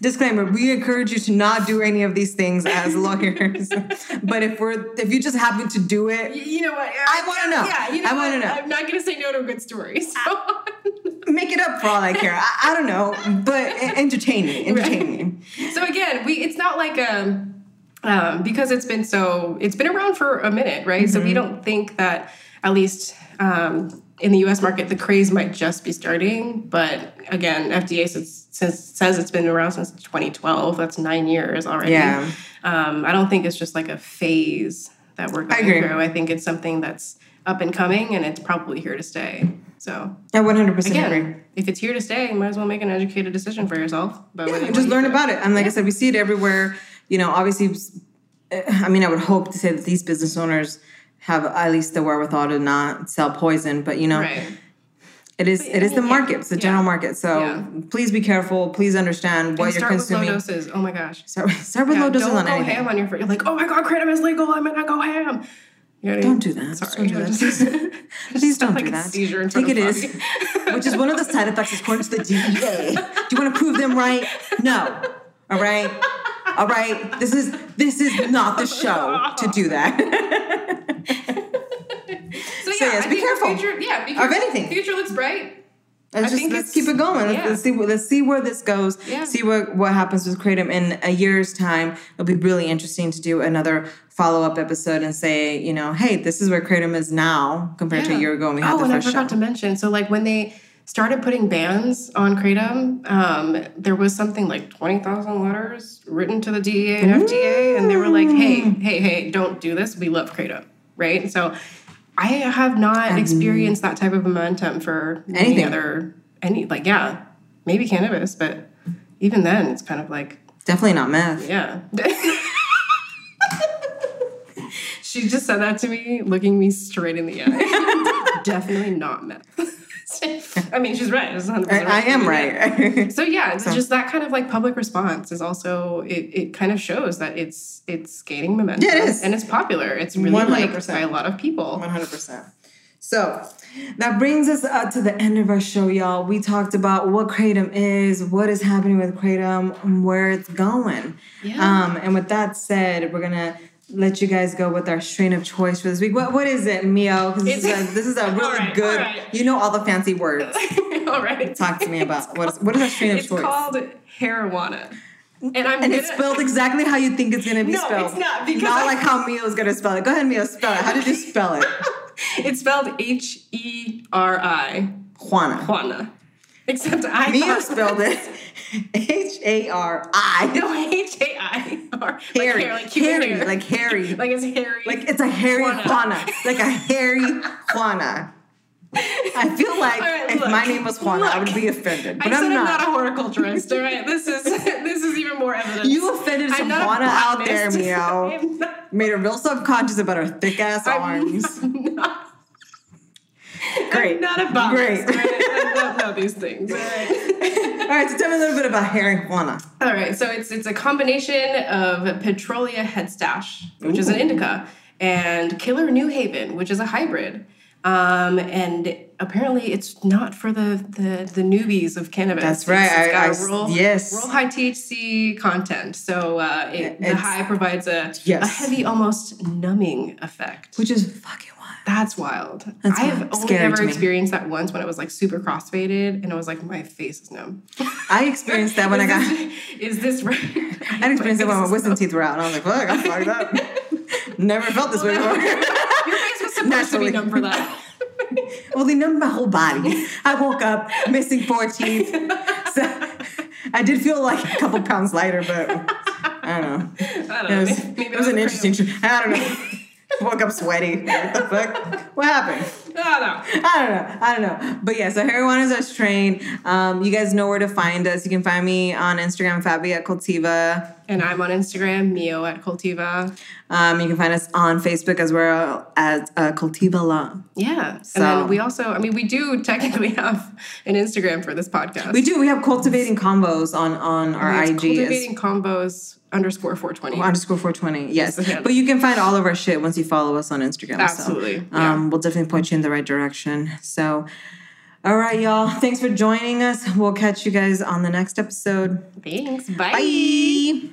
S2: Disclaimer: We encourage you to not do any of these things as lawyers. but if we're if you just happen to do it,
S3: You know what?
S2: I wanna know.
S3: Yeah, you know
S2: I wanna
S3: what?
S2: know. Ah.
S3: I'm not gonna say no to a good story. So
S2: make it up for all I care. I, I don't know, but e- entertain me, entertain me.
S3: So again, we it's not like um um, because it's been so it's been around for a minute, right?
S2: Mm-hmm.
S3: So we don't think that at least um, in the U.S. market the craze might just be starting. But again, FDA since, since says it's been around since 2012. That's nine years already.
S2: Yeah.
S3: Um, I don't think it's just like a phase that we're going
S2: agree.
S3: through. I think it's something that's up and coming, and it's probably here to stay. So
S2: I 100 percent agree.
S3: again, if it's here to stay, you might as well make an educated decision for yourself. But
S2: Yeah, just learn about it. And like I said, we see it everywhere. You know, obviously, eh, I mean, I would hope to say that these business owners have at least the wherewithal to not sell poison, but you know,
S3: Right.
S2: it is it is the
S3: yeah,
S2: market, it's the
S3: yeah.
S2: general market. So
S3: Yeah.
S2: please be careful. Please understand what
S3: And
S2: you're
S3: start
S2: consuming.
S3: with low doses. Oh my gosh.
S2: Start, start with
S3: Yeah,
S2: low doses
S3: don't
S2: on
S3: go
S2: anything.
S3: ham on your fr- You're like, oh my god, kratom is legal. I'm gonna go ham. You know what I mean?
S2: Don't do that. Just
S3: Sorry.
S2: Don't do
S3: I
S2: that.
S3: just-
S2: Please don't
S3: like
S2: do
S3: a
S2: that.
S3: seizure in
S2: Take
S3: front
S2: it
S3: of
S2: is, which is one of the side effects is according to the DEA. Do you want to prove them right? No. All right. All right. This is this is not the show to do that.
S3: so yeah,
S2: yes,
S3: I
S2: be
S3: think the
S2: careful
S3: Future, yeah, be
S2: of
S3: careful.
S2: anything.
S3: Future looks bright.
S2: Let's
S3: I
S2: just
S3: think
S2: let's keep
S3: it's-
S2: it going. Let's,
S3: yeah.
S2: let's see wh- let's see where this goes.
S3: Yeah.
S2: See what what happens with kratom in a year's time. It'll be really interesting to do another follow up episode and say, you know, hey, this is where kratom is now compared to a
S3: Yeah.
S2: year ago when we had
S3: Oh,
S2: the
S3: and I
S2: first
S3: forgot
S2: show.
S3: to mention. So like when they started putting bans on kratom, um, there was something like twenty thousand letters written to the DEA and FDA, and they were like, hey, hey, hey, don't do this. We love kratom, right? So I have not experienced that type of momentum for any
S2: Mm. Anything.
S3: other any like yeah, maybe cannabis, but even then it's kind of like
S2: Definitely not meth.
S3: yeah. she just said that to me, looking me straight in the eye. Definitely not meth. I mean, she's right. It's 100%
S2: I, I am right.
S3: So yeah, it's just that kind of like public response is also it, it kind of shows that it's it's gaining momentum.
S2: Yeah, it is.
S3: And it's popular. It's really liked
S2: 100%.
S3: by a lot of people.
S2: 100%. So that brings us up to the end of our show, y'all. We talked about what Kratom is, what is happening with Kratom, and where it's going.
S3: Yeah.
S2: Um, and with that said, we're going to let you guys go with our strain of choice for this week. What, what is it, Mio? 'Cause this,
S3: It's-
S2: is a- this is a
S3: All
S2: really
S3: right, all
S2: good,
S3: right.
S2: you know, all the fancy words.
S3: All right.
S2: Talk to me about what is, what is our strain of
S3: It's
S2: choice?
S3: called Harijuana. And I'm
S2: and it's
S3: gonna-
S2: spelled exactly how you think it's gonna be
S3: No,
S2: spelled.
S3: it's not, because
S2: not
S3: I-
S2: like how Mio's gonna spell it. Go ahead, Mio, spell it. How did you spell it?
S3: it's spelled H E R I,
S2: Juana.
S3: Juana. Except I
S2: Mia
S3: thought-
S2: spelled it H A R I.
S3: No, H A I R.
S2: Harry.
S3: Like hair, like Cuban
S2: Harry.
S3: hair.
S2: Like Harry.
S3: Like it's hairy.
S2: Like it's a hairy
S3: Juana.
S2: Juana. Like a hairy Juana. I feel like
S3: All right,
S2: if
S3: look.
S2: my name was Juana, I would
S3: Look.
S2: be offended. But
S3: I
S2: am
S3: said I'm
S2: not.
S3: not, a horticulturist, all right? This is this is even more evidence.
S2: You offended
S3: I'm
S2: some
S3: not a
S2: Juana out there,
S3: botanist.
S2: meow.
S3: I'm not-
S2: Made her real subconscious about her thick ass
S3: I'm
S2: arms.
S3: not-
S2: Great.
S3: I'm not a botanist.
S2: Great.
S3: all right? I don't know these things. All right.
S2: All right, so tell me a little bit about Harry Juana.
S3: All right, so it's it's a combination of Petrolia headstache, which is an indica, and Killer New Haven, which is a hybrid. Um, and apparently, it's not for the the, the newbies of cannabis.
S2: That's
S3: It's-
S2: right,
S3: it's
S2: I-
S3: got
S2: I
S3: a
S2: s-
S3: real,
S2: yes.
S3: real high THC content. So uh, it, the
S2: It's-
S3: high provides a a
S2: Yes.
S3: heavy, almost numbing effect.
S2: Which is fucking wild.
S3: That's wild.
S2: That's
S3: I've
S2: wild.
S3: only
S2: Scary to
S3: ever
S2: me.
S3: experienced that once when I was like super crossfaded, and I was like, my face is numb.
S2: I experienced that when I
S3: Is
S2: got.
S3: this- Is this right?
S2: I experienced it when my
S3: My face
S2: wisdom teeth were out, and I was like, "Fuck, I'm fucked up." Never felt this way before.
S3: is- Your face was supposed to
S2: Naturally.
S3: be numb for that.
S2: Well, they numbed my whole body. I woke up missing four teeth. So I did feel like a couple pounds lighter, but I don't know.
S3: I don't know.
S2: It was,
S3: maybe- maybe
S2: it was an
S3: a
S2: interesting trip. I don't know. woke up sweaty. What the fuck? What happened?
S3: cream. I don't know.
S2: I don't know. I don't know. But yeah, so Heroin is our strain. Um, you guys know where to find us. You can find me on Instagram, Fabi at Cultiva.
S3: And I'm on Instagram, Mio at Cultiva.
S2: Um, you can find us on Facebook as well as uh, Cultiva Law.
S3: Yeah.
S2: So-
S3: And then we also, I mean, we do technically have an Instagram for this podcast.
S2: We do. We have cultivating combos on on our
S3: It's
S2: IG. as
S3: cultivating combos underscore 420.
S2: underscore 420 yes
S3: the handle.
S2: but you can find all of our shit once you follow us on instagram so,
S3: Absolutely, yeah.
S2: um, we'll definitely point you in the right direction so all right y'all thanks for joining us we'll catch you guys on the next episode
S3: Thanks.
S2: bye